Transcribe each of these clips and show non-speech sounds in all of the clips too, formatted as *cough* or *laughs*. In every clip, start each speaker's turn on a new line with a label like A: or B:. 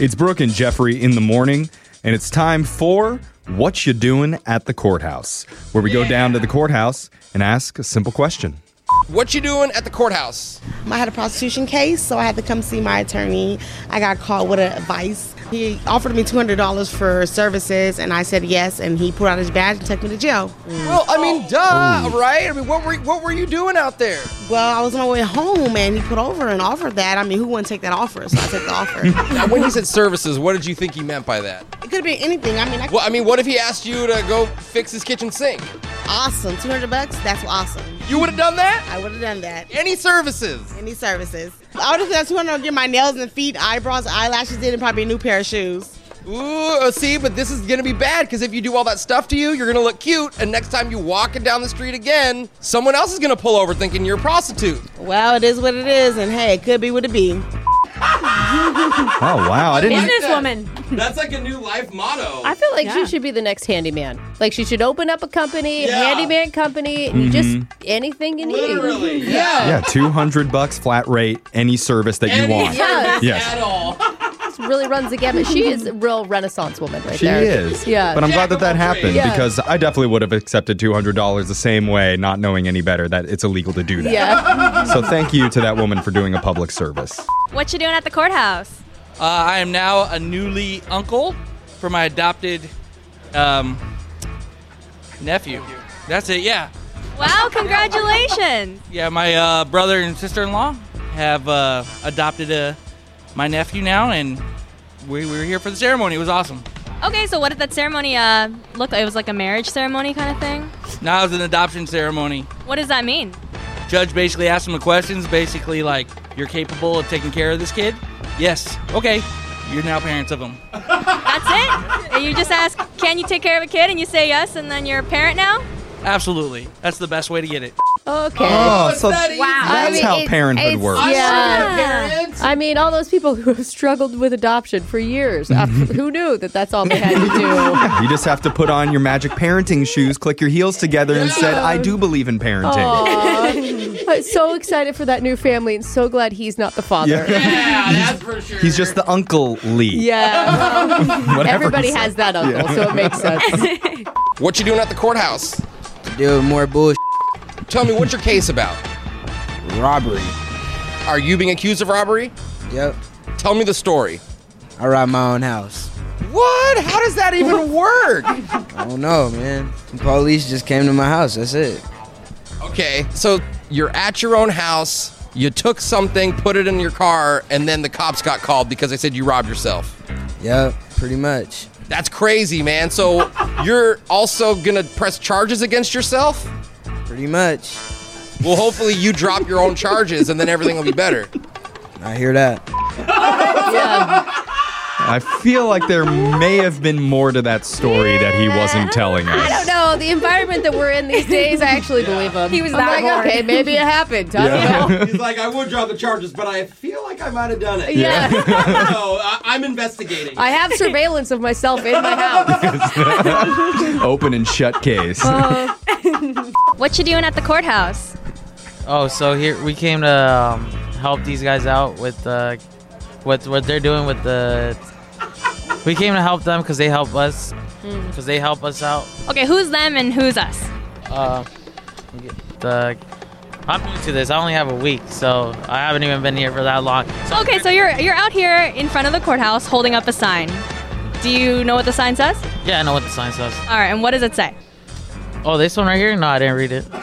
A: It's Brooke and Jeffrey in the morning, and it's time for What You Doing at the Courthouse, where we go down to the courthouse and ask a simple question.
B: What you doing at the courthouse?
C: I had a prostitution case, so I had to come see my attorney. I got called with advice. He offered me $200 for services, and I said yes, and he pulled out his badge and took me to jail.
B: Well, I mean, duh, right? I mean, what were what were you doing out there?
C: Well, I was on my way home, and he put over and offered that. I mean, who wouldn't take that offer? So I took the offer.
B: *laughs* Now, when he said services, what did you think he meant by that?
C: it could have been anything. I mean, I
B: Well, I mean, what if he asked you to go fix his kitchen sink?
C: awesome. 200 bucks. That's awesome.
B: You would have done that?
C: I would have done that.
B: Any services?
C: Any services? I would have done 200 to get my nails and feet, eyebrows, eyelashes did, and probably a new pair of shoes.
B: Ooh, uh, see, but this is gonna be bad because if you do all that stuff to you, you're gonna look cute, and next time you walking down the street again, someone else is gonna pull over thinking you're a prostitute.
C: Well, it is what it is, and hey, it could be what it be.
A: Oh, wow. I didn't.
D: Businesswoman.
B: That's like a new life motto.
D: I feel like
E: Yeah.
D: she should be the next handyman. Like she should open up a company,
B: Yeah.
D: handyman company,
A: Mm-hmm.
D: and just anything you need.
B: yeah.
A: Yeah, 200 bucks flat rate, any service that you
D: *laughs*
A: want.
D: service
A: Yes.
B: At all.
D: Just really runs the gamut. She is a real renaissance woman right
A: She
D: there.
A: is.
D: Yeah.
A: But I'm
B: Jack
A: glad that
B: of
A: that
B: all
A: happened
B: trades.
D: Yeah.
A: because I definitely would have accepted $200 the same way, not knowing any better that it's illegal to do that.
D: yeah.
A: So thank you to that woman for doing a public service.
E: What you doing at the courthouse?
F: Uh, I am now a newly uncle for my adopted um, nephew. That's it. Yeah,
E: Wow, congratulations.
F: yeah. My uh, brother and sister-in-law have uh, adopted uh my nephew now, and we, we were here for the ceremony. It was awesome.
E: Okay, so what did that ceremony uh, look like? It was like a marriage ceremony kind of thing?
F: Now it's an adoption ceremony.
E: What does that mean?
F: Judge basically asked him the questions, basically like, "You're capable of taking care of this kid?" Yes. Okay. You're now parents of him.
E: That's it? you just ask, can you take care of a kid? And you say yes, and then you're a parent now?
F: Absolutely. That's the best way to get it.
D: Okay.
A: Oh, so
D: I
A: that's
D: mean,
A: how
D: it-
A: parenthood
D: it's-
A: works.
D: Yeah.
B: Parents.
D: I mean, all those people who have struggled with adoption for years, uh,
A: Mm-hmm.
D: who knew that that's all they had to
A: *laughs*
D: do?
A: You just have to put on your magic parenting shoes, click your heels together, and said, I do believe in parenting.
D: I'm so excited for that new family and so glad he's not the father.
A: Yeah.
B: Yeah, that's for sure.
A: He's just the uncle Lee.
D: Yeah.
A: *laughs* Whatever
D: Everybody
A: he said.
D: has that uncle, so it
A: *laughs*
D: makes sense.
B: What you doing at the courthouse?
G: Dude, more bullshit.
B: Tell me what's your case about?
G: Robbery.
B: Are you being accused of robbery?
G: Yep.
B: Tell me the story.
G: I robbed my own house.
B: What? How does that *laughs* even work?
G: I don't know, man. The police just came to my house. That's it.
B: Okay, so you're at your own house, you took something, put it in your car, and then the cops got called because they said you robbed yourself.
G: Yep, pretty much.
B: That's crazy, man. *laughs* So you're also gonna press charges against yourself?
G: Pretty much.
B: Well, hopefully you drop your own charges and then everything will be better.
G: I hear that.
D: Yeah.
A: I feel like there may have been more to that story that he wasn't telling us.
D: I don't know. The environment that we're in these days, I actually believe him.
E: He was
D: I'm
E: that
D: like,
E: bored.
D: okay, maybe it happened. I
A: *laughs*
D: don't know.
B: He's like, I would drop the charges, but I feel like I might have done *laughs* it.
D: *laughs* Yeah.
B: No, I- I'm investigating.
D: I have surveillance of myself in my house.
A: Open and shut case.
D: Oh,
E: What you doing at the courthouse?
H: Oh, so here we came to um, help these guys out with uh, what what they're doing with the. We came to help them because they help us, because they help us out.
E: Okay, who's them and who's us?
H: Uh, the I'm new to this. I only have a week, so I haven't even been here for that long. So
E: Okay, so you're you're out here in front of the courthouse holding up a sign. Do you know what the sign says?
H: yeah, I know what the sign says.
E: All right, and what does it say?
H: Oh, this one right here? No, I didn't read it.
E: Oh,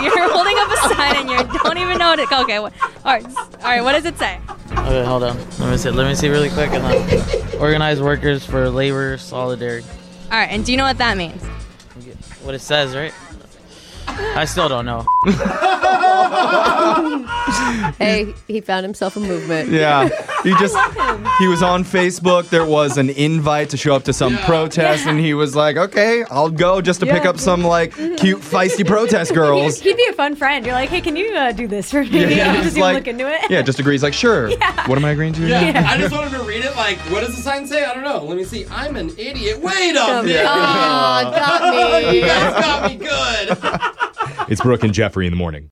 E: oh, you're *laughs* holding up a sign and you don't even know what it. Okay, what, all right, s- all right. What does it say?
H: Okay, hold on. Let me see. Let me see really quick. And then organized workers for labor solidarity.
E: All right, and do you know what that means?
H: What it says, right? I still don't know.
D: Hey, he found himself a movement.
A: Yeah. He just he was on Facebook. There was an invite to show up to some protest and he was like, "Okay, I'll go just to pick
D: Yeah.
A: up some like cute feisty protest girls."
I: He'd be a fun friend. You're like, hey, can you uh, do this for me? *laughs*
A: he's
I: Just even
A: like-
I: look into it.
E: *laughs*
A: Yeah, just agrees
I: *laughs*
A: like, "Sure. What am I agreeing to?"
B: I just wanted to read it. Like, what does the sign say? I don't know. Let me see. I'm an idiot. Wait a minute.
E: *laughs*
D: Oh, got me.
B: That's got me good.
A: It's Brooke and Jeffrey in the morning.